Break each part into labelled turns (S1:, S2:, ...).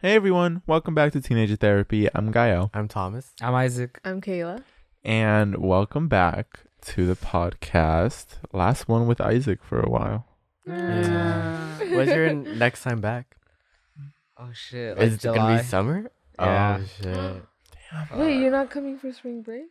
S1: Hey everyone, welcome back to Teenager Therapy. I'm Gaio,
S2: I'm Thomas.
S3: I'm Isaac.
S4: I'm Kayla.
S1: and welcome back to the podcast. Last one with Isaac for a while.
S4: Uh.
S2: Yeah. uh, When's your next time back?
S3: Oh shit! Like
S2: Is it
S3: July.
S2: gonna be summer?
S3: Yeah.
S2: Oh shit.
S4: Wait, you're not coming for spring break?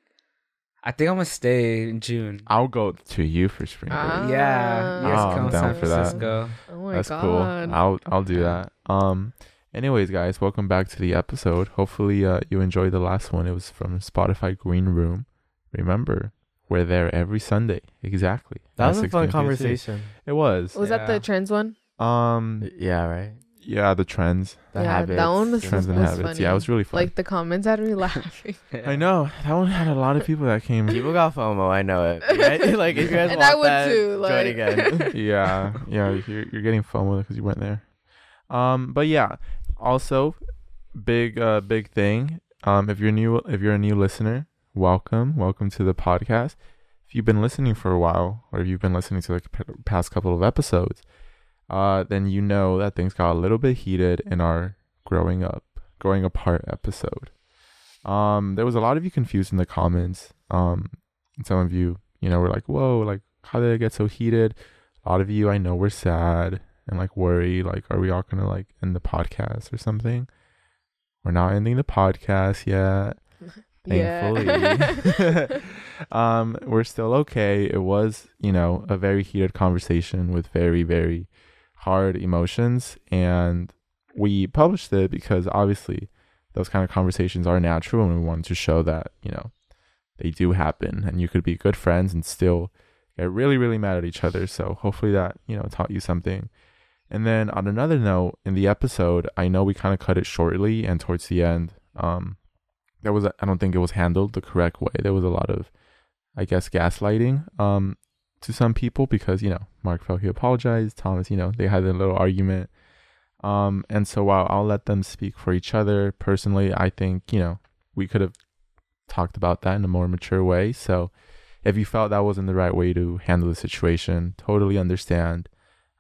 S3: I think I'm gonna stay in June.
S1: I'll go to you for spring break.
S4: Ah.
S3: yeah, you
S1: Oh,
S3: guys
S1: I'm
S3: come to
S1: down
S3: San
S1: for that.
S3: Francisco.
S4: Oh my
S1: That's
S4: god.
S1: cool. I'll I'll do that. Um anyways guys, welcome back to the episode. Hopefully uh you enjoyed the last one. It was from Spotify Green Room. Remember, we're there every Sunday. Exactly.
S2: That
S1: At
S2: was a
S1: 16
S2: fun
S1: PST.
S2: conversation.
S1: It was.
S4: was that
S3: Yeah.
S4: the trans one?
S1: Um
S2: Yeah, right.
S1: yeah, the trends.
S2: The
S4: yeah,
S2: habits.
S4: that one was,
S1: Trends and
S4: was
S1: habits.
S4: funny.
S1: Yeah, it was really fun.
S4: like the comments had me laughing.
S1: I know. That one had a lot of people that came.
S2: People got FOMO. I know it. You guys- like if you guys
S4: And
S2: want
S4: I would
S2: that,
S4: too,
S2: join
S4: like-
S2: again.
S1: yeah, yeah, you're, you're getting FOMO because you went there. Um, but yeah, also big, uh, big thing. Um, if you're new, if you're a new listener, welcome, welcome to the podcast. If you've been listening for a while, or if you've been listening to like the p- past couple of episodes, uh, then you know that things got a little bit heated in our growing up, growing apart episode. Um, there was a lot of you confused in the comments. Um, and some of you, you know, were like, "Whoa, like how did it get so heated?" a lot of you I know were sad and like worried, like, are we all gonna like end the podcast or something? We're not ending the podcast yet.
S4: yeah.
S1: Thankfully. Um, we're still okay. It was, you know, a very heated conversation with very, very hard emotions. And we published it because obviously those kind of conversations are natural and we wanted to show that, you know, they do happen and you could be good friends and still get really, really mad at each other. So hopefully that, you know, taught you something. And then on another note, in the episode, I know we kind of cut it shortly and towards the end, um, there was, I I don't think it was handled the correct way. There was a lot of, I guess, gaslighting um, to some people because, you know, Mark felt he apologized. Thomas, you know, they had a little argument. Um, and so while I'll let them speak for each other personally, I think, you know, we could have talked about that in a more mature way. So if you felt that wasn't the right way to handle the situation, totally understand.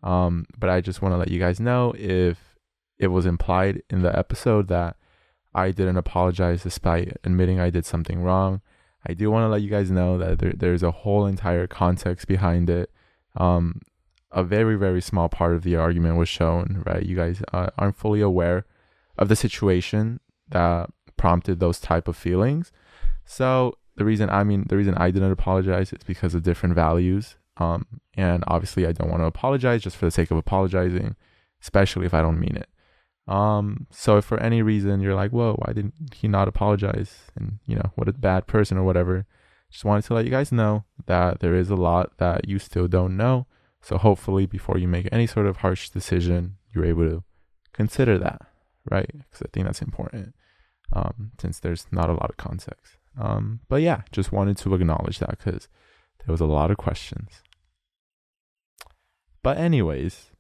S1: Um, but I just want to let you guys know if it was implied in the episode that I didn't apologize despite admitting I did something wrong. I do want to let you guys know that there, there's a whole entire context behind it. Um, a very, very small part of the argument was shown, right? You guys uh, aren't fully aware of the situation that prompted those type of feelings. So the reason I mean the reason I didn't apologize is because of different values. Um, and obviously I don't want to apologize just for the sake of apologizing, especially if I don't mean it. Um, so if for any reason you're like, whoa, why didn't he not apologize? And you know, what a bad person or whatever. Just wanted to let you guys know that there is a lot that you still don't know. So hopefully before you make any sort of harsh decision, you're able to consider that, right? Because I think that's important. Um, since there's not a lot of context. Um, but yeah, just wanted to acknowledge that because there was a lot of questions. But anyways,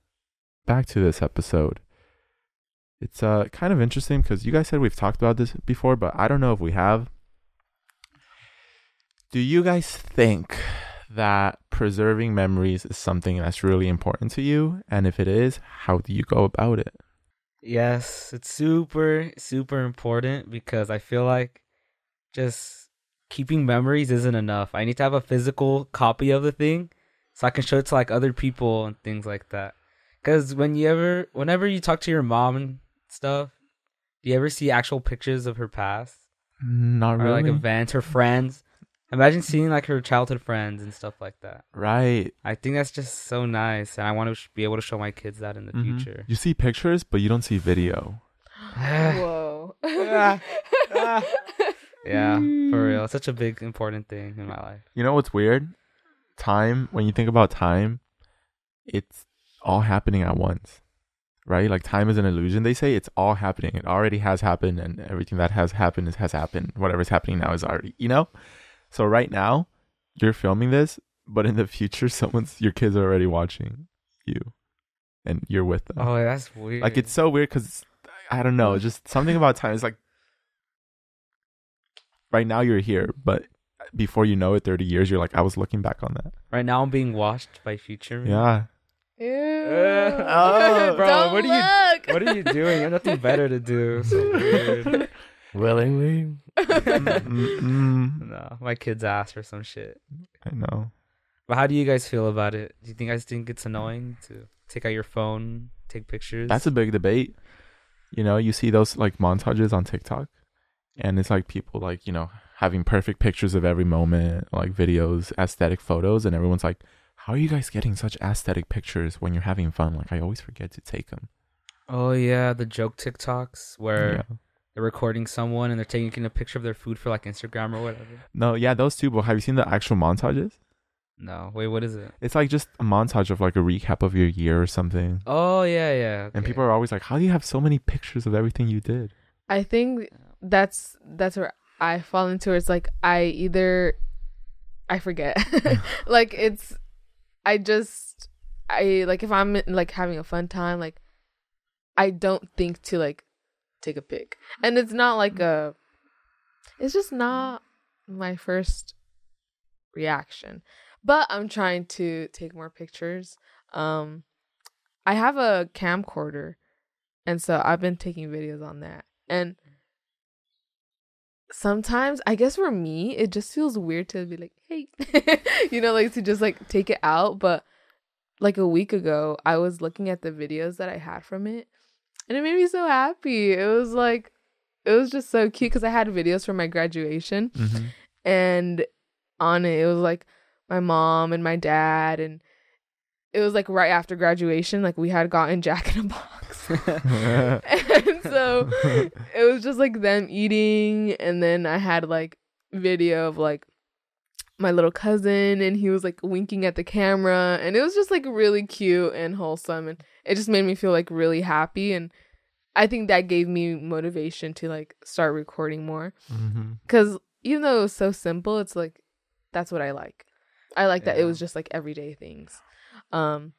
S1: back to this episode. It's uh kind of interesting because you guys said we've talked about this before, but I don't know if we have. Do you guys think that preserving memories is something that's really important to you? And if it is, how do you go about it?
S3: Yes, it's super super important because I feel like just keeping memories isn't enough. I need to have a physical copy of the thing so I can show it to like other people and things like that. Cuz when you ever whenever you talk to your mom and stuff, do you ever see actual pictures of her past?
S1: Not
S3: or
S1: really.
S3: like events, her friends. Imagine seeing like her childhood friends and stuff like that.
S1: right.
S3: I think that's just so nice, and I want to sh- be able to show my kids that in the
S1: Mhm.
S3: future.
S1: You see pictures, but you don't see video.
S4: Whoa.
S3: yeah, for real, it's such a big important thing in my life.
S1: You know what's weird? Time, when you think about time, it's all happening at once, right? Like time is an illusion. They say it's all happening. It already has happened, and everything that has happened is, has happened. Whatever's happening now is already, you know? So right now, you're filming this, but in the future, someone's, your kids are already watching you, and you're with them.
S3: Oh, that's weird.
S1: like it's so weird because I don't know, just something about time. It's like right now you're here, but before you know it, thirty years you're like I was looking back on that.
S3: Mm-hmm. right now I'm being watched by future. me.
S1: Yeah,
S4: Ew.
S3: Oh, bro,
S4: Don't
S3: what are you-
S4: look.
S3: What are you doing? You have nothing better to do. So weird.
S2: Willingly?
S1: Mm-mm.
S3: no, my kid's ass or some shit.
S1: I know.
S3: But how do you guys feel about it? Do you think I think it's annoying to take out your phone, take pictures?
S1: That's a big debate. You know, you see those like montages on TikTok, and it's like people like you know having perfect pictures of every moment, like videos, aesthetic photos, and everyone's like, "How are you guys getting such aesthetic pictures when you're having fun?" Like I always forget to take them.
S3: oh yeah, the joke TikToks where
S1: Yeah.
S3: they're recording someone and they're taking a picture of their food for like Instagram or whatever.
S1: No, yeah, those two. But have you seen the actual montages?
S3: No, wait, what is it?
S1: It's like just a montage of like a recap of your year or something.
S3: Oh yeah, yeah.
S1: And
S3: okay.
S1: people are always like, "How do you have so many pictures of everything you did?"
S4: I think that's that's where I fall into. It's like I either I forget, like it's I just I like if I'm like having a fun time, like I don't think to like take a pic, and it's not like a, it's just not my first reaction. But I'm trying to take more pictures. Um, I have a camcorder, and so I've been taking videos on that. And sometimes, I guess for me, it just feels weird to be like, hey, you know, like to just like take it out. But like a week ago, I was looking at the videos that I had from it, and it made me so happy. It was like, it was just so cute because I had videos from my graduation
S1: Mm-hmm.
S4: and on it it was like my mom and my dad and it was like right after graduation like we had gotten jack in a box
S2: Uh-huh.
S4: and so it was just like them eating and then i had like video of like my little cousin and he was like winking at the camera and it was just like really cute and wholesome and it just made me feel like really happy and i think that gave me motivation to like start recording more
S1: mm-hmm.
S4: because even though it was so simple, it's like that's what I like. I like that it
S3: Yeah.
S4: was just like everyday things. Um,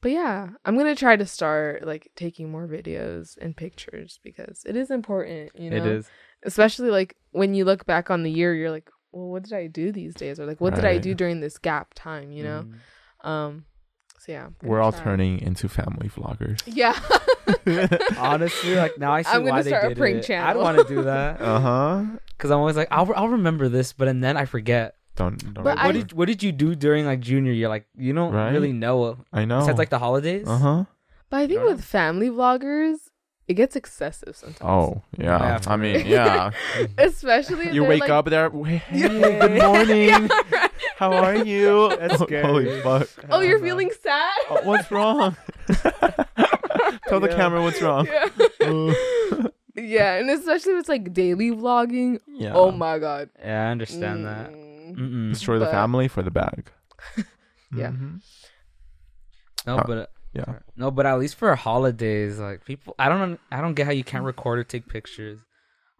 S4: but yeah, I'm gonna try to start like taking more videos and pictures because it is important. You know,
S3: It is.
S4: especially like when you look back on the year, you're like, well, what did I do these days, or like what did I
S1: Right.
S4: do during this gap time? You know.
S3: Mm.
S4: Um, so yeah, I'm gonna
S1: We're all
S4: try.
S1: turning into family vloggers.
S4: Yeah,
S3: Honestly, like now I see
S4: I'm gonna
S3: why they
S4: start a
S3: did
S4: prank
S3: it. I
S4: channel.
S3: don't want to do that
S1: Uh huh.
S3: because I'm always like, I'll, I'll remember this, but and then I forget.
S1: Don't don't.
S4: But
S3: What
S4: I-
S1: remember.
S3: did what did you do during like junior year? Like you don't
S1: Right?
S3: really know
S1: I know.
S3: besides like the holidays.
S1: Uh huh.
S4: but I think
S3: don't know.
S4: with family vloggers, it gets excessive sometimes.
S1: Oh yeah.
S3: Yeah.
S1: I mean yeah.
S4: especially if
S1: you
S4: they're,
S1: wake
S4: like-
S1: up there. Hey, good
S3: Yeah.
S1: morning.
S4: right.
S1: How are you?
S3: That's scary.
S1: Holy fuck.
S4: Oh, you're feeling sad?
S1: Oh, what's wrong? Tell the
S3: Yeah.
S1: camera what's wrong.
S4: yeah. yeah, and especially if it's like daily vlogging.
S1: Yeah.
S4: Oh my god.
S3: Yeah, I understand that.
S4: Mm.
S3: Mm-mm.
S1: Destroy the
S4: But-
S1: family for the bag.
S4: Yeah.
S1: Mhm.
S3: Mm-hmm. No,
S1: Uh,
S3: but
S1: Yeah.
S3: no, but at least for holidays, like people, I don't, I don't get how you can't record or take pictures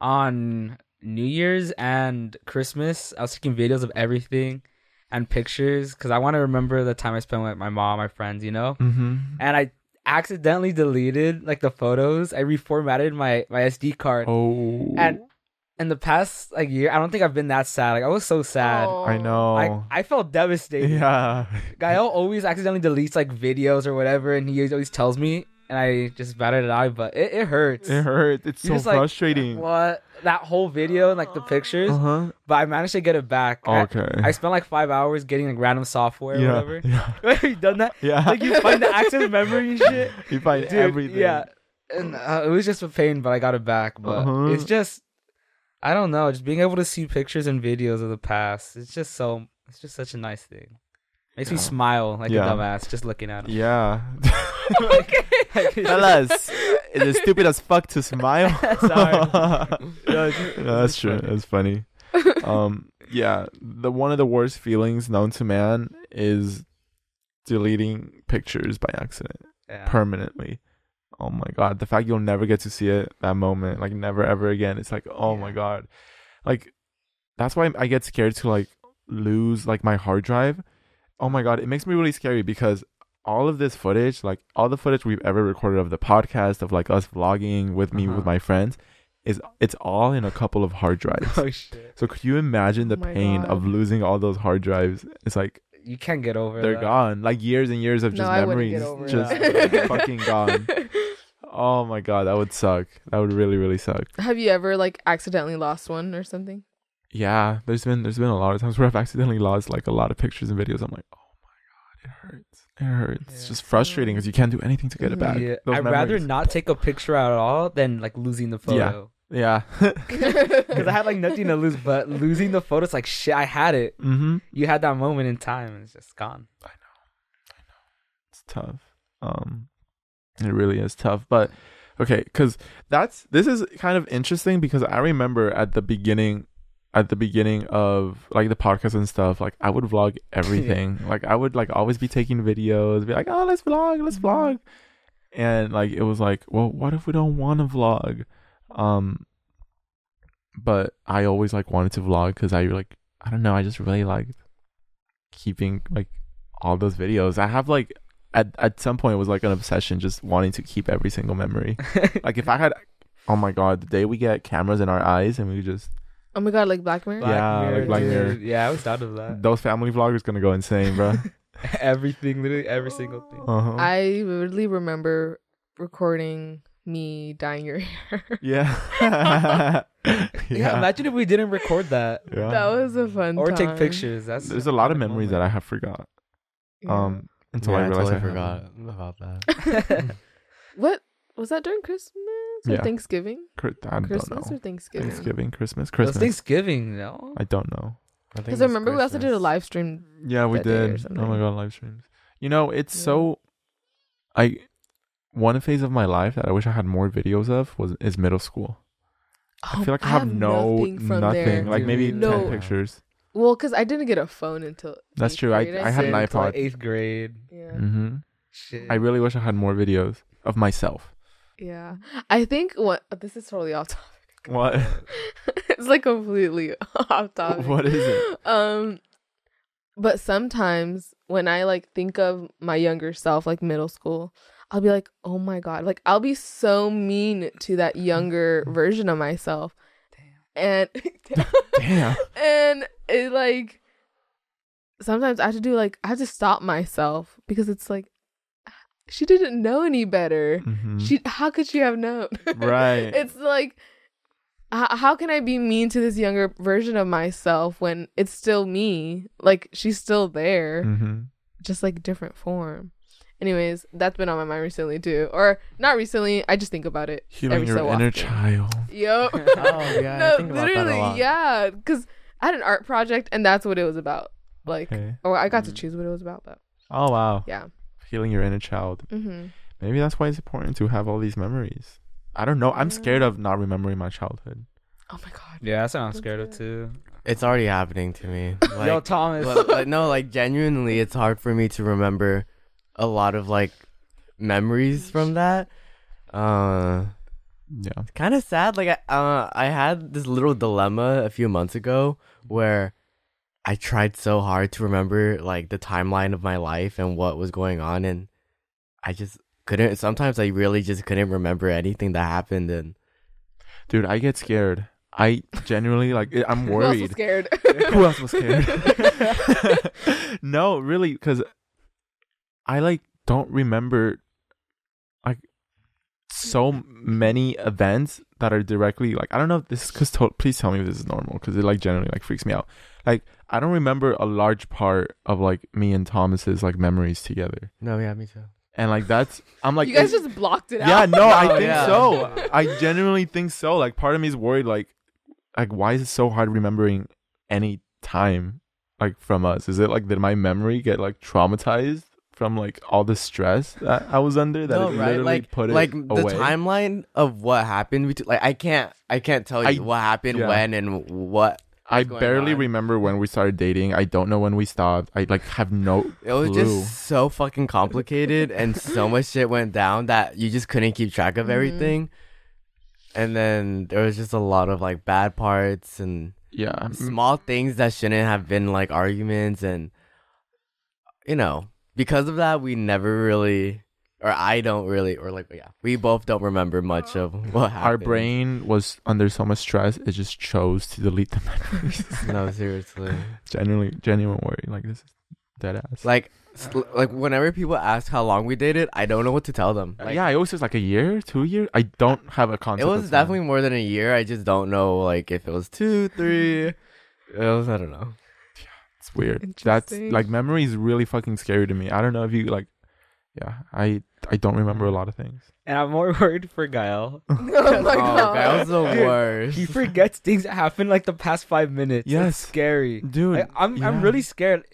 S3: on New Year's and Christmas. I was taking videos of everything and pictures because I want to remember the time I spent with my mom, my friends, you know.
S1: Mm-hmm.
S3: And I accidentally deleted like the photos. I reformatted my my SD card.
S1: Oh.
S3: And in the past like year, I don't think I've been that sad. Like I was so sad.
S4: Aw.
S1: I know.
S3: oh, I I felt devastated.
S1: yeah.
S3: Gael always accidentally deletes like videos or whatever, and he always tells me, and I just batted an eye, but it, it hurts.
S1: It hurt. It's
S3: You're
S1: so
S3: just like,
S1: frustrating.
S3: What that whole video and like the pictures,
S1: uh huh.
S3: but I managed to get it back. I-
S1: Oh, Okay.
S3: I, spent like five hours getting like random software
S1: yeah.
S3: or whatever.
S1: Yeah.
S3: you done that?
S1: Yeah.
S3: Like you find the access memory and shit.
S1: you find
S3: Dude,
S1: everything.
S3: Yeah, and uh, it was just a pain, but I got it back. But
S1: Uh-huh.
S3: it's just, I don't know, just being able to see pictures and videos of the past. It's just so, it's just such a nice thing. Makes me
S1: Yeah.
S3: smile like
S1: Yeah.
S3: a dumbass just looking at it.
S1: Yeah.
S3: Okay.
S1: Fellas, it is stupid as fuck to smile.
S3: Sorry.
S1: No, that's true. That's funny. Um, yeah, the one of the worst feelings known to man is deleting pictures by accident
S3: Yeah.
S1: permanently. Oh my god, the fact you'll never get to see it that moment, like never ever again. It's like, oh my
S3: Yeah.
S1: god, like that's why I get scared to like lose like my hard drive. Oh my god, it makes me really scary because all of this footage, like all the footage we've ever recorded of the podcast, of like us vlogging with me
S3: Uh-huh.
S1: with my friends, is it's all in a couple of hard drives.
S3: Oh shit.
S1: So could you imagine the
S4: Oh my
S1: pain
S4: God.
S1: of losing all those hard drives? It's like
S3: you can't get over.
S1: They're
S3: that.
S1: gone. Like years and years of
S4: No,
S1: just
S4: I wouldn't
S1: memories
S4: get over
S1: just
S4: that.
S1: fucking gone. Oh my god, that would suck. That would really really suck.
S4: Have you ever like accidentally lost one or something?
S1: Yeah, there's been there's been a lot of times where I've accidentally lost like a lot of pictures and videos. I'm like, "Oh my god, it hurts. It hurts." It's
S3: Yeah.
S1: just frustrating cuz you can't do anything to get it back.
S3: Yeah,
S1: Those
S3: I'd rather
S1: memories.
S3: not take a picture at all than like losing the
S1: Yeah.
S3: photo.
S1: Yeah.
S3: Because I had like nothing to lose, but losing the photo, it's like shit. I had it.
S1: mhm.
S3: You had that moment in time, and it's just gone.
S1: it's tough. Um, it really is tough. But okay, because that's this is kind of interesting because I remember at the beginning, at the beginning of like the podcast and stuff, like I would vlog everything. Like I would like always be taking videos, be like, oh, let's vlog, let's vlog, and like it was like, well, what if we don't want to vlog? Um, but I always like wanted to vlog because I like I don't know, I just really like keeping like all those videos. I have like at at some point it was like an obsession just wanting to keep every single memory. like if I had oh my god, the day we get cameras in our eyes and we just
S4: oh my god, like Black Mirror.
S1: Black Yeah, like Black
S3: dude.
S1: Mirror.
S3: Yeah, I was out of that.
S1: those family vloggers gonna go insane, bro.
S3: Everything, literally every single thing.
S1: Uh-huh.
S4: I vividly remember recording me dyeing your hair.
S1: yeah. yeah.
S3: Yeah. imagine if we didn't record that
S1: Yeah.
S4: that was a fun.
S3: or take
S4: time.
S3: pictures. That's
S1: There's a lot of
S3: iconic
S1: memories that I have forgot.
S4: Yeah.
S1: Um until
S2: Yeah,
S1: I realized
S2: totally
S1: I
S2: forgot
S1: forgot
S2: about that.
S3: moment.
S4: what was that during Christmas or
S1: Yeah.
S4: Thanksgiving?
S1: I don't
S4: Christmas or
S1: know.
S4: Thanksgiving?
S1: Thanksgiving, Christmas,
S3: It was
S1: Christmas.
S3: Thanksgiving, no?
S1: I don't know.
S4: Because I remember we also did a live stream.
S1: Yeah, we
S4: that day or
S1: did. Oh my
S4: something.
S1: god, live streams. You know, it's
S4: Yeah.
S1: so I one phase of my life that I wish I had more videos of was is middle school. I
S4: Oh,
S1: feel like I have, no
S4: nothing
S1: nothing,
S4: from there.
S1: like maybe
S4: Dude. No.
S1: ten pictures.
S4: Well, because I didn't get a phone until.
S1: That's
S4: eighth
S1: true. I-
S4: grade,
S1: I had
S4: think.
S1: an
S3: Like
S1: iPod.
S3: eighth grade.
S4: Yeah.
S1: hmm
S3: Shit.
S1: I really wish I had more videos of myself.
S4: Yeah. I think what this is totally off topic.
S1: What?
S4: it's like completely off topic.
S1: What is it?
S4: Um but sometimes when I like think of my younger self, like middle school, I'll be like, oh my God. Like I'll be so mean to that younger version of myself. And
S1: Damn.
S4: and it like sometimes I have to do like I have to stop myself because it's like she didn't know any better.
S1: Mhm.
S4: She how could she have known?
S1: Right.
S4: it's like h- how can i be mean to this younger version of myself when it's still me like she's still there
S1: hmm
S4: just like different form anyways that's been on my mind recently too or not recently i just think about it
S1: Healing
S4: every
S1: your
S4: so
S1: inner
S4: often.
S1: child.
S4: yo
S2: Oh, yeah, I
S4: no
S2: think about that a
S4: literally
S2: lot.
S4: yeah because i had an art project and that's what it was about like
S1: Okay. Mm-hmm.
S4: or i got to
S3: Mm.
S4: choose what it was about but
S1: Oh wow.
S4: yeah
S1: Healing your inner child.
S4: mm-hmm.
S1: Maybe that's why it's important to have all these memories. I don't know. I'm
S4: Yeah.
S1: scared of not remembering my childhood.
S4: oh my god
S3: Yeah, that's what I'm scared of too.
S2: It's already happening to me.
S3: Yo,
S2: Like,
S3: Thomas.
S2: but, like, no, like genuinely, it's hard for me to remember a lot of like memories from that. Uh,
S1: Yeah.
S2: kind of sad. Like I, uh, I had this little dilemma a few months ago where I tried so hard to remember like the timeline of my life and what was going on, and I just couldn't. Sometimes I really just couldn't remember anything that happened, and
S1: Dude, I get scared. I genuinely like I- I'm
S4: Who else was
S1: worried.
S4: scared
S1: Who else was scared? no, really, because I like don't remember like so many events that are directly like I don't know if this is because to- please tell me if this is normal because it like generally like freaks me out. Like I don't remember a large part of like me and Thomas's like memories together,
S2: no, yeah, me too.
S1: and like that's I'm like
S4: you guys
S1: it's-
S4: just blocked it
S1: yeah
S4: out
S1: no i think
S2: Oh, yeah.
S1: so i genuinely think so like part of me is worried like like why is it so hard remembering any time like from us is it like did my memory get like traumatized from like all the stress that i was under that it literally
S2: like
S1: put it
S2: like
S1: away
S2: the timeline of what happened. betw- like I can't, I can't tell you
S1: I-
S2: what happened
S1: yeah.
S2: when and what.
S1: i
S2: going
S1: barely
S2: on.
S1: remember when we started dating i don't know when we stopped i like have no
S2: It was
S1: Clue.
S2: just so fucking complicated, and so much shit went down that you just couldn't keep track of
S4: Mhm.
S2: everything. And then there was just a lot of like bad parts and
S1: yeah
S2: small things that shouldn't have been like arguments, and you know, because of that, we never really, or I don't really, or like yeah, we both don't remember much of what happened.
S1: our brain was under so much stress it just chose to delete the memories
S2: no, seriously.
S1: genuinely genuine worry like this is Dead ass.
S2: Like, s- like whenever people ask how long we dated, I don't know what to tell them. Like,
S1: yeah, I always was like a year, two years. I don't have a
S2: it
S1: concept.
S2: was
S1: of time.
S2: definitely more than a year. I just don't know, like, if it was two, three. It was, I don't know.
S1: It's weird. That's
S4: Interesting.
S1: like memory is really fucking scary to me. I don't know if you like. Yeah, I I don't remember a lot of things.
S3: And I'm more worried for Gael.
S4: oh my
S2: oh,
S4: god.
S2: that was the worst.
S3: He forgets things that happened like the past five minutes. It's
S1: Yes.
S3: scary.
S1: Dude,
S3: Like, I'm I'm
S1: yeah.
S3: really scared.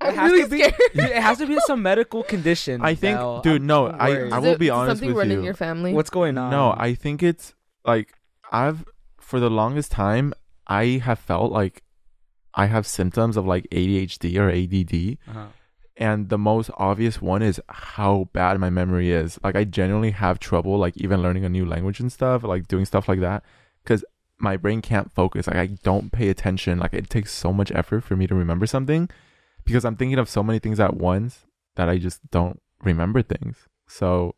S4: I'm
S3: it has
S4: really
S3: to be,
S4: scared.
S3: Dude, It has to be some medical condition.
S1: I think,
S3: Gael.
S1: dude.
S3: I'm
S1: no, I
S3: worried.
S1: I
S4: Is
S1: will
S4: it-
S1: be
S4: is
S1: honest
S4: something
S1: with
S4: running
S1: you.
S4: your family.
S3: What's going on?
S1: no, I think it's like I've for the longest time I have felt like I have symptoms of like ADHD or ADD,
S3: Uh-huh.
S1: and the most obvious one is how bad my memory is. Like I genuinely have trouble like even learning a new language and stuff, like doing stuff like that cuz my brain can't focus. Like I don't pay attention. Like it takes so much effort for me to remember something because I'm thinking of so many things at once that I just don't remember things. So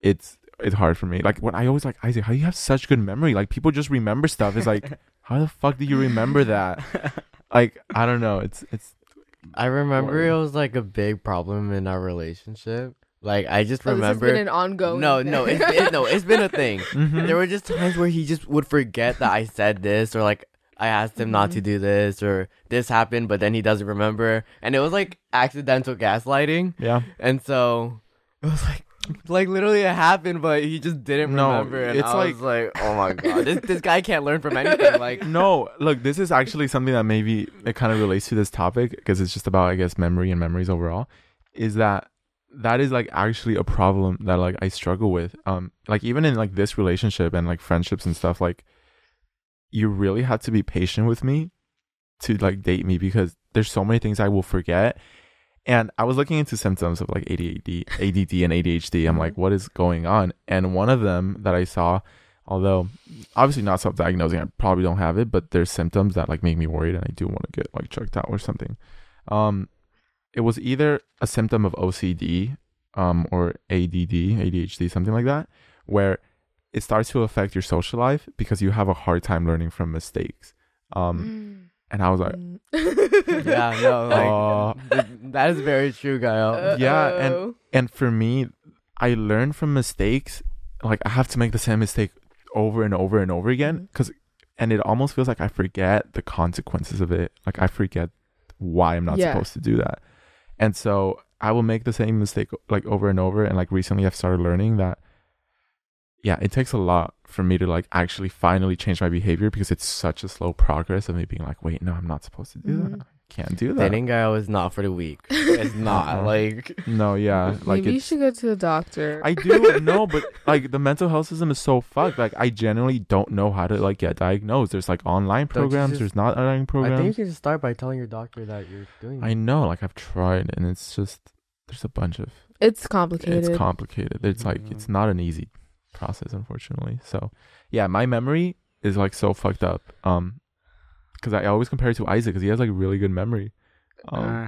S1: it's it's hard for me. Like what I always like Isaac, how you have such good memory? Like people just remember stuff. It's like how the fuck do you remember that? Like I don't know. It's it's
S2: I remember it
S1: Word.
S2: was like a big problem in our relationship. Like I just
S4: Oh, this has
S2: remember.
S4: been an ongoing.
S2: no, no,
S4: thing. Mm-hmm.
S2: it's it, no, it's been a thing.
S1: Mhm.
S2: There were just times where he just would forget that I said this, or like I asked him
S4: Mm-hmm.
S2: not to do this, or this happened, but then he doesn't remember, and it was like accidental gaslighting,
S1: yeah.
S2: and so it was like. Like literally, it happened, but he just didn't
S1: No,
S2: remember, and
S1: it's
S2: I was like, "Oh my god, this this guy can't learn from anything." Like,
S1: no, look, this is actually something that maybe it kind of relates to this topic because it's just about, I guess, memory and memories overall. Is that that is like actually a problem that like I struggle with. Um, like even in like this relationship and like friendships and stuff, like you really had to be patient with me to like date me because there's so many things I will forget. And I was looking into symptoms of like ADHD, ADD, and ADHD. I'm like, what is going on? And one of them that I saw, although obviously not self-diagnosing, I probably don't have it, but there's symptoms that like make me worried, and I do want to get like checked out or something. Um, it was either a symptom of OCD, um, or ADD, ADHD, something like that, where it starts to affect your social life because you have a hard time learning from mistakes.
S4: Mm.
S1: Um, Oh, and I was like, "Uh,
S2: yeah, no, like
S1: Aw.
S2: th- that is very true, Gael.
S1: yeah, and- and for me i learn from mistakes like i have to make the same mistake over and over and over again
S4: Mhm.
S1: because and it almost feels like i forget the consequences of it like i forget why i'm not
S4: Yeah.
S1: supposed to do that and so i will make the same mistake like over and over and like recently i've started learning that yeah it takes a lot for me to like actually finally change my behavior because it's such a slow progress of me being like wait no i'm not supposed to do that
S4: Mhm.
S1: I can't do that
S2: Dating Gael is not for the weak. It's not
S1: Uh-uh.
S2: like
S1: no yeah like
S4: Maybe you
S1: it's-
S4: should go to the doctor.
S1: I do know, but like the mental health system is so fucked. Like I genuinely don't know how to like get diagnosed. There's like online
S2: Don't you
S1: programs.
S2: just-
S1: there's not online
S2: I think you
S1: programs.
S2: can just start by telling your doctor that you're doing.
S1: I, know. Like I've tried, and it's just there's a bunch of
S4: it's complicated.
S1: it's complicated. It's like
S3: Yeah.
S2: Mm.
S1: it's not an easy process, unfortunately. So yeah, my memory is like so fucked up. Um, because I always compare it to Isaac because he has like really good memory. Um,
S3: Uh,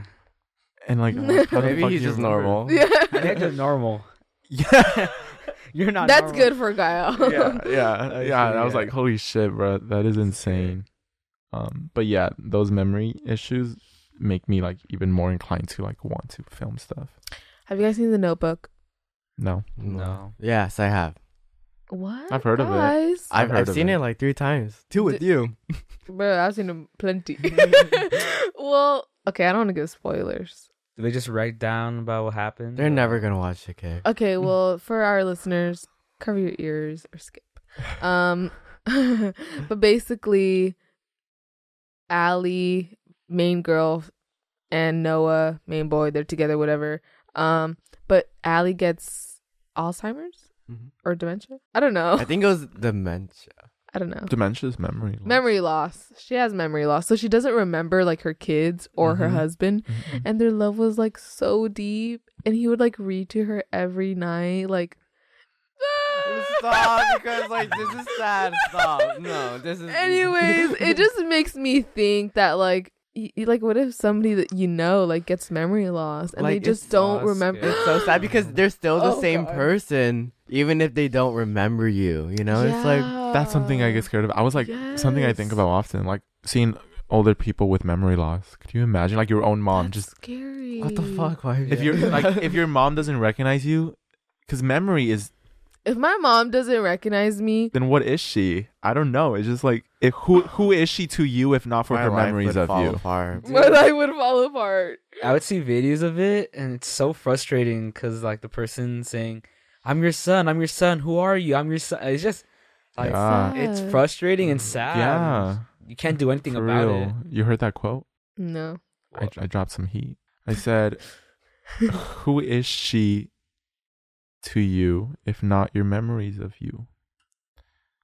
S1: and like, I'm like, how the
S2: Maybe
S1: fuck
S2: he's
S1: do you
S2: just
S1: remember?
S2: normal.
S3: I think they're normal.
S1: Yeah.
S3: You're not.
S4: That's
S3: normal.
S4: good for Gael.
S1: yeah, yeah, yeah.
S3: I see,
S1: And I was
S3: yeah.
S1: like, holy shit, bro, that is insane. Um, but yeah, those memory issues make me like even more inclined to like want to film stuff.
S4: Have you guys seen The Notebook?
S1: No,
S3: No.
S2: Yes, I have.
S4: What?
S1: I've heard of it.
S4: guys?
S1: I've
S2: I've,
S1: heard
S2: I've
S1: of
S2: seen
S1: it.
S2: it. like three times. Two with
S4: Th-
S2: you.
S4: Bro, I've seen them plenty. well, okay, I don't want to give spoilers.
S3: Do they just write down about what happened?
S2: They're never gonna watch it, okay?
S4: Okay, well, for our listeners, cover your ears or skip. Um, but basically, Allie, main girl, and Noah, main boy, they're together, whatever. Um, but Allie gets Alzheimer's
S2: Mhm.
S4: or dementia. I don't know.
S2: I think it was dementia.
S4: I don't know.
S1: dementia's memory. loss.
S4: Memory loss. She has memory loss, so she doesn't remember like her kids or her
S2: Mm-hmm.
S1: Mhm.
S4: husband.
S1: Mhm.
S4: and their love was like so deep and he would like read to her every night like
S2: Stop, because, like, this is sad. Stop. No, this is-
S4: anyways it just makes me think that like y- y- like what if somebody that you know like gets memory loss and
S2: Like,
S4: they just
S2: it's
S4: don't
S3: so
S4: remember
S3: scary.
S2: It's so sad because they're still the
S4: Oh,
S2: same
S4: God.
S2: person, even if they don't remember you. You know, it's like
S1: That's something I get scared of. I was like something I think
S4: Yes.
S1: about often, like seeing older people with memory loss. Could you imagine like your own mom
S4: That's
S1: just
S4: scary.
S2: What the fuck? Why?
S1: if you're like if your mom doesn't recognize you cuz memory is
S4: If my mom doesn't recognize me,
S1: then what is she? I don't know. It's just like if who who is she to you if not for
S2: My
S1: her
S2: life
S1: memories
S2: would
S1: of
S2: fall
S1: you?
S2: Apart.
S4: my life would fall apart.
S3: I would see videos of it, and it's so frustrating because like the person saying, "I'm your son. I'm your son. Who are you? I'm your son." It's just like
S2: Uh,
S1: Yeah. Mm,
S3: it's
S4: Sad.
S3: frustrating and sad.
S1: Yeah.
S3: you can't do anything
S1: For
S3: about
S1: real. You heard that quote?
S4: No.
S1: I, I dropped some heat. I said, Who is she to you if not your memories of you?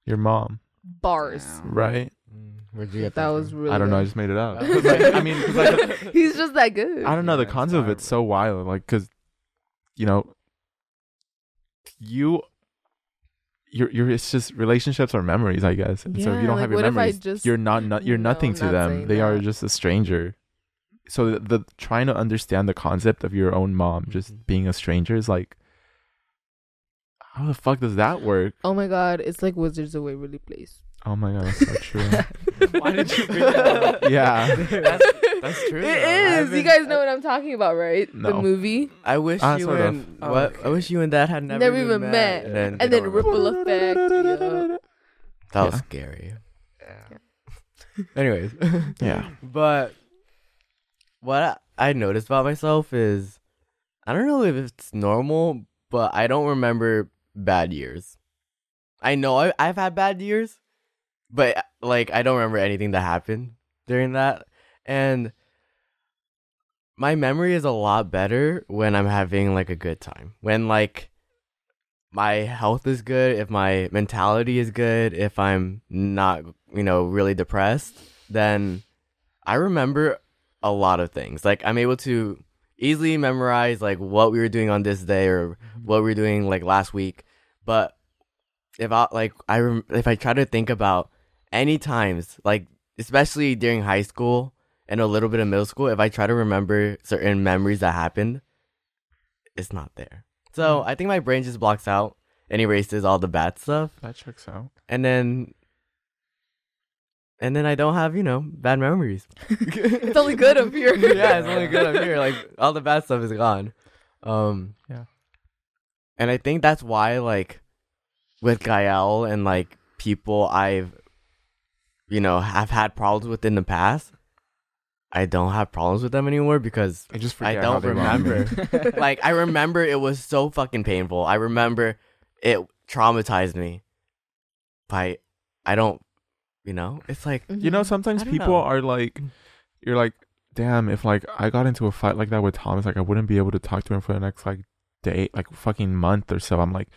S1: Your mom,
S4: Bars.
S1: right?
S2: Mm, Where'd you get that?
S4: That was
S2: from?
S4: really.
S1: I don't know. I
S4: good.
S1: just made it up. 'Cause, like, I mean, 'cause, like,
S4: he's just that good.
S1: I don't know.
S2: Yeah,
S1: The
S2: it's
S1: concept of
S2: wild.
S1: it's so wild. Like, because, you know, you. Your, your it's just relationships are memories, I guess. And so if you
S4: Yeah,
S1: don't
S4: like,
S1: have your
S4: what if I
S1: memories,
S4: just-
S1: you're not, no- you're
S4: No,
S1: nothing
S4: I'm
S1: to
S4: not
S1: them.
S4: saying
S1: They are
S4: that.
S1: just a stranger. So the, the trying to understand the concept of your own mom just
S2: Mhm.
S1: being a stranger is like, how the fuck does that work?
S4: Oh my god, it's like Wizards of Waverly Place.
S1: Oh my god, that's so true.
S2: Why did you bring that up?
S1: yeah,
S2: That's, that's true.
S4: It
S2: though. I
S4: is. You
S2: haven't-
S4: guys know what I'm talking about, right?
S1: No.
S4: The movie.
S2: I wish
S1: Ah,
S2: you
S1: sort of.
S2: and what? I wish you and Dad had never,
S4: Never even met.
S2: And then,
S4: And
S2: they
S4: then
S2: don't
S4: ripple-
S2: remember.
S4: Ripple effect, yeah.
S2: That was
S1: Yeah.
S2: scary.
S3: it.
S2: Anyways,
S1: Yeah.
S2: but what I I noticed about myself is I don't know if it's normal, but I don't remember bad years. I know I, I've had bad years, but like I don't remember anything that happened during that, and my memory is a lot better when I'm having like a good time. When like my health is good, if my mentality is good, if I'm not, you know, really depressed, then I remember a lot of things. Like I'm able to easily memorize like what we were doing on this day or what we were doing like last week. But if I like I rem- if I try to think about any times like especially during high school and a little bit of middle school, if I try to remember certain memories that happened, it's not there. So I think my brain just blocks out and erases all the bad stuff
S1: That checks out.
S2: and then and then I don't have you know bad memories.
S4: It's only good up here.
S2: yeah, it's only good up here. Like all the bad stuff is gone. Um,
S1: Yeah.
S2: and I think that's why like with Gael and like people I've you know have had problems with in the past, I don't have problems with them anymore because
S1: I just
S2: I
S1: forget. how
S2: don't
S1: they rhyme.
S2: remember. like I remember it was so fucking painful. I remember it traumatized me. But I don't you know, it's like
S1: You know, sometimes
S2: I don't
S1: people
S2: know. Mm.
S1: are like, you're like, damn, if like I got into a fight like that with Thomas, like I wouldn't be able to talk to him for the next like day, like fucking month or so. I'm like,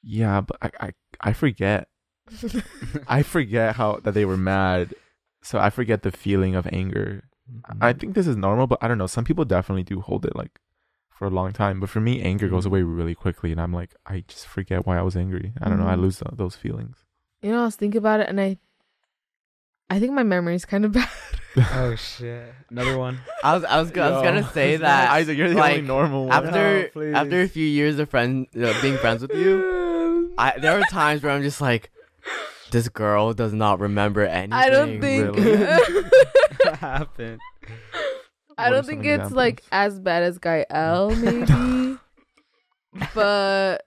S1: yeah, but I, I, I forget.
S4: Mm-hmm.
S1: I forget how that they were mad. So I forget the feeling of anger.
S2: Mm-hmm.
S1: I think this is normal, but I don't know. Some people definitely do hold it like for a long time. But for me, anger goes
S2: Mm-hmm.
S1: away really quickly. And I'm like, I just forget why I was angry. I don't know. I
S2: Mm-hmm.
S4: Mhm.
S1: lose th- those feelings.
S4: You know, I was thinking about it, and I, I think my memory's kind of bad.
S3: oh shit! Another one.
S2: I was I was, go- I
S1: Yo.
S2: was gonna say that
S1: Isaac, you're the only
S2: like,
S1: normal one.
S2: after
S3: No, please.
S2: after a few years of friend uh, being friends with you, I there are times where I'm just like, this girl does not remember anything.
S4: I don't think.
S1: really.
S3: what happened?
S1: What
S4: I
S1: are
S4: don't
S1: some
S4: think it's like
S1: examples?
S4: as bad as Guy L, maybe, but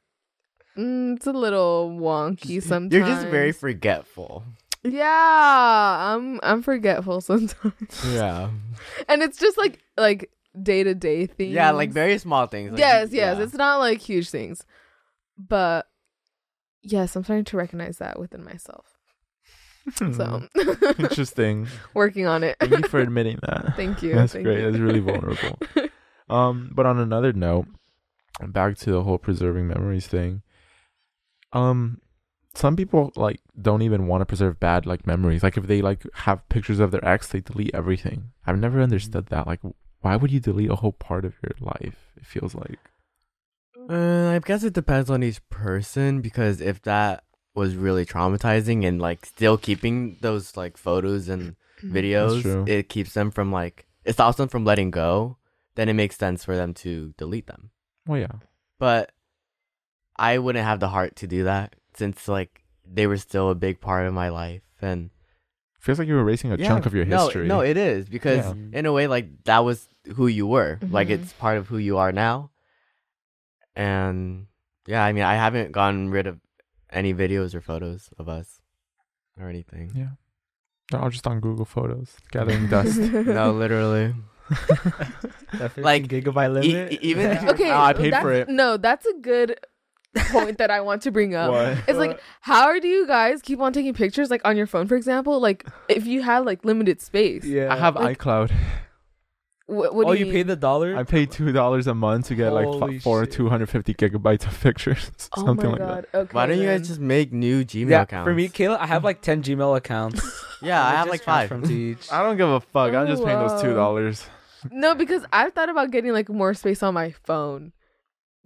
S4: mm, it's a little wonky sometimes.
S2: You're just very forgetful.
S4: yeah. I'm I'm forgetful sometimes,
S2: Yeah.
S4: and it's just like like day to day things.
S2: Yeah, like very small things. like,
S4: yes, yes.
S2: yeah.
S4: It's not like huge things, but yes, I'm starting to recognize that within myself. So
S2: Mm-hmm.
S1: Interesting.
S4: working on it.
S1: Thank you for admitting that.
S4: Thank you.
S1: That's
S4: thank
S1: great.
S4: you.
S1: That's really vulnerable. um, but on another note, back to the whole preserving memories thing. Um, some people like don't even want to preserve bad like memories. Like if they like have pictures of their ex, they delete everything. I've never understood that. Like, why would you delete a whole part of your life? It feels like
S2: Uh, I guess it depends on each person because if that was really traumatizing and like still keeping those like photos and
S1: true.
S4: Mm.
S2: videos, it keeps them from like it stops them from letting go. Then it makes sense for them to delete them.
S1: well, yeah,
S2: But I wouldn't have the heart to do that since like they were still a big part of my life and
S1: Feels like you're erasing a chunk of your history.
S2: No, no, it is because
S3: Yeah. Mm-hmm.
S2: in a way, like that was who you were. Like
S4: Mhm.
S2: it's part of who you are now. And yeah, I mean, I haven't gotten rid of any videos or photos of us or anything.
S1: yeah. They're all just on Google Photos, gathering dust.
S2: no, literally.
S3: That
S2: Like,
S3: 15 gigabyte
S2: E-
S3: limit.
S2: e- even if you're-
S4: okay,
S1: Oh, I paid
S4: that's-
S1: for it.
S4: No, that's a good point that I want to bring up.
S1: What?
S4: It's like, how do you guys keep on taking pictures, like on your phone, for example? Like, if you had like limited space,
S3: yeah.
S1: I have
S4: Like-
S1: iCloud.
S4: what, what
S3: Oh,
S4: do
S3: you paid the dollar.
S1: I pay two dollars a month to get like
S3: Holy
S1: f- four
S3: shit.
S1: two hundred fifty gigabytes of pictures,
S4: Oh
S1: something
S4: my
S1: like
S4: god!
S1: that.
S4: Okay.
S2: Why don't you guys
S4: then.
S2: just make new Gmail
S3: yeah,
S2: accounts?
S3: for me, Kayla, I have like ten Gmail accounts.
S2: yeah, I
S3: It
S2: have
S3: just
S2: like
S3: comes
S2: five.
S3: from each.
S1: I don't give a fuck. I'm
S4: Oh,
S1: just paying those two
S4: wow.
S1: dollars.
S4: No, because I thought about getting like more space on my phone,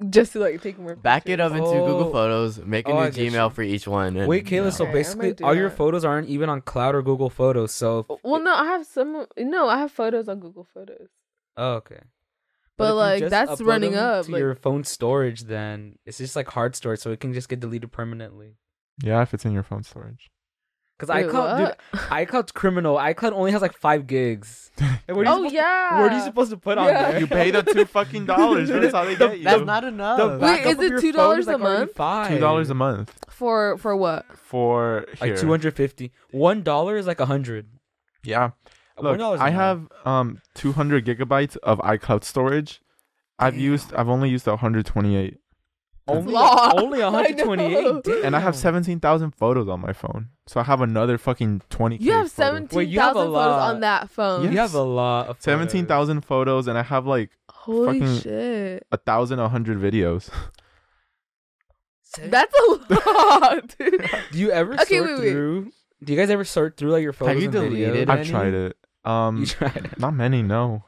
S4: just to like take more.
S2: Back it up into Google
S3: Oh.
S2: Photos, make a
S3: Oh, I
S2: new
S3: get you.
S2: Gmail for each one. and-
S3: Wait, Kayla.
S2: yeah.
S3: So
S4: Okay, I
S3: basically,
S4: might do
S3: all your
S4: that. Oh.
S3: photos aren't even on Cloud or Google Photos. So,
S4: pictures. Well, no, I have some. No, I have photos on Google Photos.
S3: oh, okay.
S4: But,
S3: if you
S4: like,
S3: just
S4: that's
S3: upload
S4: running
S3: them
S4: up,
S3: to
S4: like-
S3: your phone storage. Then it's just like hard storage, so it can just get deleted permanently.
S1: Yeah, if it's in your phone storage.
S3: Because
S4: Wait,
S3: iCloud, dude,
S4: what?
S3: iCloud's criminal. iCloud only has like five gigs. And what are you
S4: Oh
S3: supposed-
S4: yeah.
S3: What are you supposed to put on
S4: Yeah.
S3: there?
S1: You pay the two fucking dollars. That's how they get you.
S2: That's not enough.
S3: The backup
S4: is
S3: of
S4: it
S3: your
S4: $2
S3: phone is,
S4: a
S3: like, already
S4: month?
S3: five.
S1: two dollars a month
S4: for for what?
S1: for here.
S3: Like two hundred fifty. One dollar is like a hundred.
S1: Yeah. Look,
S3: $1 is
S1: I
S3: enough.
S1: have um 200 gigabytes of iCloud storage. I've used, I've only used 128,
S3: only
S4: law.
S3: only
S4: I know.
S3: 128 damn.
S1: and I have 17,000 photos on my phone. So I have another fucking 20.
S4: You have
S1: seventeen
S4: seventeen
S3: Wait, you have a
S4: thousand photos
S3: lot.
S4: on that phone.
S1: Yeah.
S3: You have a lot of
S1: seventeen
S3: photos.
S1: thousand photos, and I have like
S4: Holy
S1: Fucking-
S4: shit.
S1: a thousand, a hundred videos.
S4: That's a lot, dude.
S3: Do you ever
S4: Okay,
S3: sort
S4: wait, wait.
S3: through? Do you guys ever sort through like your photos
S2: you
S3: and
S2: deleted
S3: videos?
S1: I've tried it. Um,
S3: You tried it.
S1: not many, no.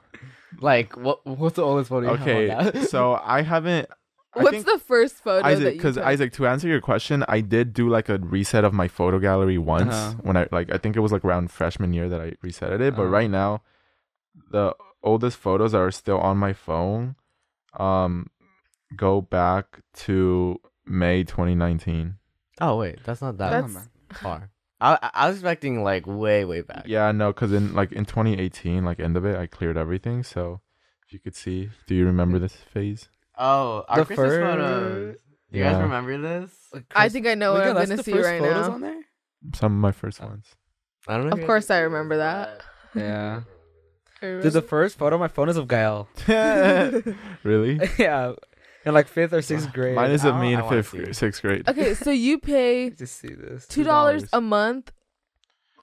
S2: Like, what? What's the oldest photo? You have on
S1: Okay,
S2: that?
S1: so I haven't. I
S4: What's
S1: think
S4: the first photo that
S1: Isaac,
S4: you
S1: because
S4: took?
S1: Isaac, to answer your question, I did do like a reset of my photo gallery once
S3: Uh-huh.
S1: when I like I think it was like around freshman year that I resetted it. But
S3: Uh-huh.
S1: right now, the oldest photos that are still on my phone, um, go back to May 2019.
S2: Oh wait, that's not that
S4: That's-
S2: far. I I- I was expecting like way way back.
S1: Yeah, no, because in like in 2018, like end of it, I cleared everything. So if you could see, do you remember this phase?
S2: Oh, our
S3: The
S2: Christmas
S3: fir-
S2: photos. You
S1: Yeah.
S2: guys remember this?
S4: I think I know what I'm gonna see right now.
S1: Some of my first ones.
S2: I don't know.
S4: Of
S2: if you guys
S4: course I
S2: this,
S4: remember that.
S3: Yeah.
S4: I
S3: Dude, the
S4: remember.
S3: first photo on my phone is of Gael.
S1: really?
S3: yeah. In like fifth or sixth grade.
S1: Mine is
S2: I
S1: of me
S2: don't-
S1: in
S2: I wanna
S1: fifth,
S2: see
S1: gr-
S2: it.
S1: sixth grade.
S4: okay, so you pay
S3: just see this.
S4: two dollars
S1: $2.
S4: a month,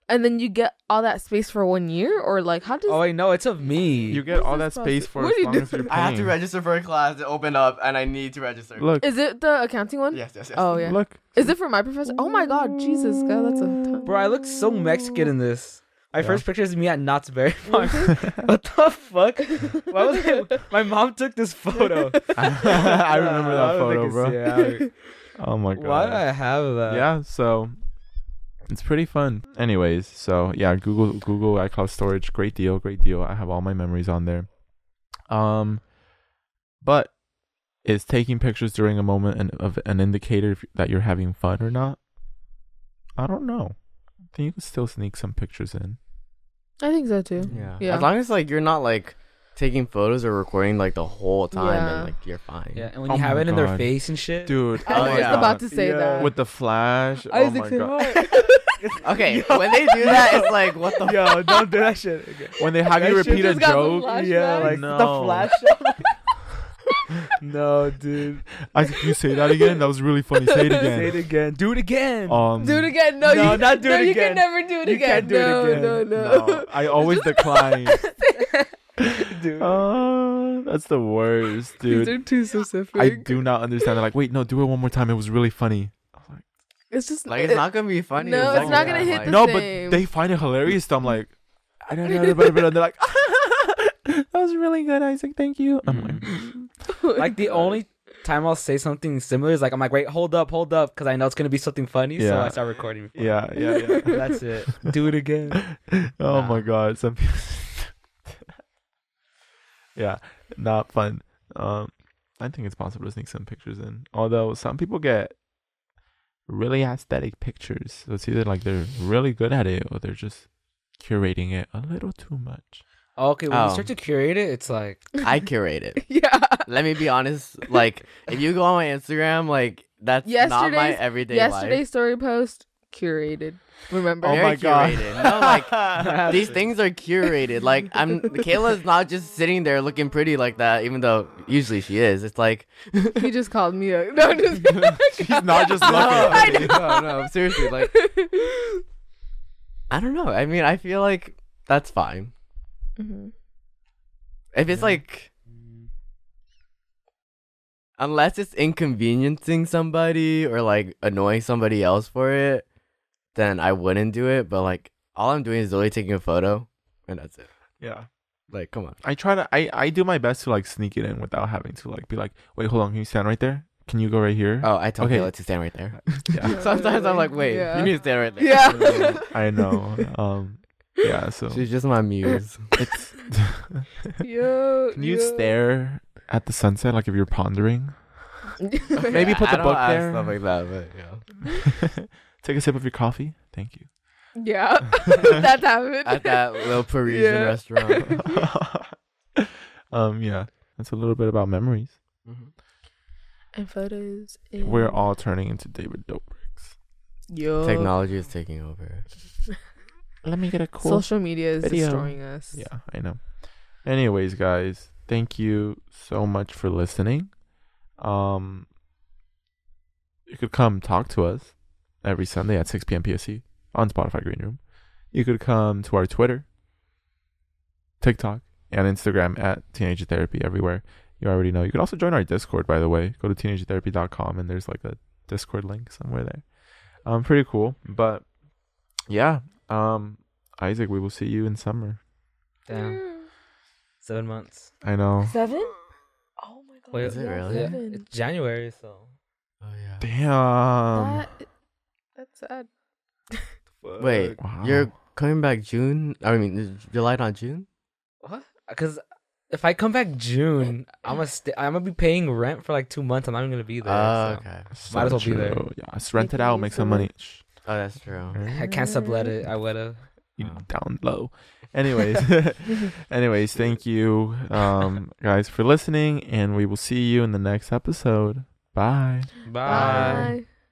S4: and then you get all that space for one year, or like how does?
S3: Oh, I know. It's of me.
S1: You get
S4: What
S1: all
S4: is
S1: that
S4: this
S1: space
S4: process?
S1: for
S4: What
S1: as
S4: are you
S1: long as you're
S4: doing?
S1: paying.
S2: I have to register for a class to open up, and I need to register.
S1: Look,
S4: is it the accounting one?
S2: Yes, yes, yes.
S4: Oh yeah.
S1: look.
S4: Is it for my professor? Oh my god, Jesus, God, that's a ton.
S3: Bro, I look so Mexican in this. My
S1: Yeah.
S3: first picture is me at Knott's Berry Farm. what the fuck? Why was I, my mom took this photo.
S1: I remember
S3: Uh,
S1: that
S3: I don't think
S1: photo,
S3: it's-
S1: bro.
S3: Yeah.
S1: Oh my
S3: Why
S1: god.
S3: do I have that?
S1: yeah, so it's pretty fun. Anyways, so yeah, Google Google iCloud storage, great deal, great deal. I have all my memories on there. Um, but is taking pictures during a moment an, of an indicator if, that you're having fun or not? I don't know. I think you can still sneak some pictures in.
S4: I think so too.
S2: yeah.
S4: Yeah.
S2: As long as like you're not like taking photos or recording like the whole time,
S4: Yeah.
S2: and like you're fine.
S3: Yeah, and when
S1: Oh
S3: you have
S1: my
S3: it in their
S1: God.
S3: face and shit.
S1: Dude,
S4: I
S2: Oh,
S4: was just
S2: yeah.
S4: about to say
S3: Yeah.
S4: that.
S1: with the flash. Oh my
S3: Isaac's in
S1: god.
S3: mine.
S2: Okay. when they do that, it's like what the. F-
S3: Yo, don't do that shit. Okay.
S1: When they have
S3: That
S1: you
S3: shit
S1: repeat a
S4: just got some
S1: joke,
S4: Flashback?
S3: Yeah, like
S1: No.
S3: the flash. no, dude.
S1: Isaac, you say that again? That was really funny. Say it again.
S3: Say it again. Do it again.
S1: Um,
S4: do it again. No,
S3: No,
S4: you,
S3: not do
S4: no,
S3: it
S4: you
S3: again.
S4: can never do it
S3: You
S4: again.
S3: can't do it
S4: no,
S3: again.
S4: no, no,
S1: No, I always decline.
S3: Dude.
S1: Oh, that's the worst,
S4: These
S1: dude.
S4: are too
S1: I
S4: specific.
S1: do not understand. They're like, wait, no, do it one more time. It was really funny. I'm like,
S4: It's just
S2: like it's not gonna be funny.
S4: No,
S2: as
S1: it's
S2: long
S1: not
S2: as
S1: gonna
S2: I'm,
S4: hit
S2: like-
S4: the
S1: no,
S4: same.
S1: but they find it hilarious. So I'm like, I don't know. blah, blah, blah. They're like, that was really good, Isaac. Thank you. I'm like,
S3: like the only time I'll say something similar is like I'm like, wait, hold up, hold up, because I know it's gonna be something funny, so
S1: Yeah.
S3: I start recording.
S1: yeah, yeah, yeah.
S3: That's it. Do it again.
S1: oh my
S2: Nah.
S1: god some people yeah not fun um i think it's possible to sneak some pictures in although some people get really aesthetic pictures so it's either like they're really good at it or they're just curating it a little too much.
S3: Okay, when
S2: Oh.
S3: you start to curate it, it's like
S2: I curate it.
S4: yeah.
S2: Let me be honest. Like, if you go on my Instagram, like that's not my
S4: Yesterday's-
S2: everyday
S4: Yesterday's
S2: life.
S4: story post curated. Remember?
S1: Oh
S2: Very
S1: my God.
S2: curated. No, like these things are curated. Like I'm Kayla's not just sitting there looking pretty like that, even though usually she is. It's like
S4: he just called me. A, no, I'm just kidding.
S1: She's not just looking.
S4: I know.
S2: no, no, seriously, like I don't know. I mean, I feel like that's fine.
S4: Mhm.
S2: If it's like unless it's inconveniencing somebody or like annoying somebody else for it, then I wouldn't do it. But like all I'm doing is literally taking a photo and that's it.
S1: Yeah.
S2: Like, come on.
S1: I try to I, I do my best to like sneak it in without having to like be like, wait, hold on, can you stand right there? Can you go right here?
S2: Oh, I told
S1: Okay.
S2: Kayla to stand right there.
S1: yeah.
S2: Sometimes I'm like, wait,
S4: Yeah.
S2: you need to stand right there.
S4: Yeah.
S1: I know. Um yeah, so
S2: She's just my muse.
S1: it's
S4: Yo,
S1: Can you
S4: yo.
S1: stare at the sunset like if you're pondering?
S4: Maybe
S1: Maybe put
S2: I
S1: the
S2: don't
S1: book
S2: ask
S1: there.
S2: Stuff like that, but yeah.
S1: Take a sip of your coffee. Thank you.
S4: Yeah, that happened.
S2: At that little Parisian
S4: Yeah.
S2: restaurant.
S1: um yeah. That's a little bit about memories.
S2: Mm-hmm.
S4: and photos.
S1: We're
S4: and-
S1: all turning into David Dobrik's.
S4: Yo.
S2: Technology is taking over.
S1: Let me get a cool
S4: Social media is
S1: video.
S4: destroying us.
S1: Yeah, I know. Anyways, guys, thank you so much for listening. Um, you could come talk to us every Sunday at 6 p.m. PSC on Spotify Green Room. You could come to our Twitter, TikTok, and Instagram at Teenage Therapy everywhere. You already know. You could also join our Discord, by the way. Go to teenagetherapy.com and there's like a Discord link somewhere there. Um, pretty cool. But yeah, um, Isaac, we will see you in summer.
S3: damn seven months.
S1: I know.
S4: Seven? Oh my god.
S3: Wait,
S2: Is it
S4: yeah,
S2: really?
S3: Yeah,
S4: seven.
S3: it's January, so
S2: Oh yeah.
S1: Damn.
S4: that, that's sad.
S2: Wait,
S1: Wow.
S2: you're coming back June? I mean, is July not June?
S3: because if I come back June, I'm gonna st- I'm gonna be paying rent for like two months. I'm not even gonna be there.
S2: Oh,
S3: so.
S2: okay.
S1: So
S3: Might as well be there.
S1: true. Yeah, just rent it
S4: Making
S1: out,
S4: use
S1: make some
S4: of
S1: money.
S4: it.
S1: Shh.
S2: Oh, that's true.
S3: I can't sublet it. I would've.
S1: You down low. Anyways, anyways, thank you, um, guys, for listening, and we will see you in the next episode. Bye.
S3: Bye.
S4: Bye.